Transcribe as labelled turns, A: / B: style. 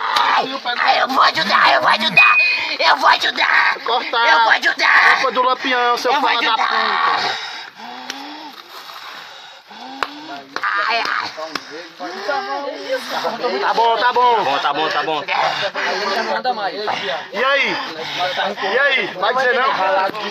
A: Ai, ai, eu vou ajudar, eu vou ajudar, eu vou ajudar.
B: Cortar.
A: Eu vou ajudar.
B: Culpa do Lampião, seu
A: Eu vou
B: fala da
A: ajudar.
B: puta.
A: Ai, ai.
B: Tá bom, tá bom.
C: Bom, tá bom, tá bom.
D: Manda mais.
B: E aí? E aí? Vai dizer não?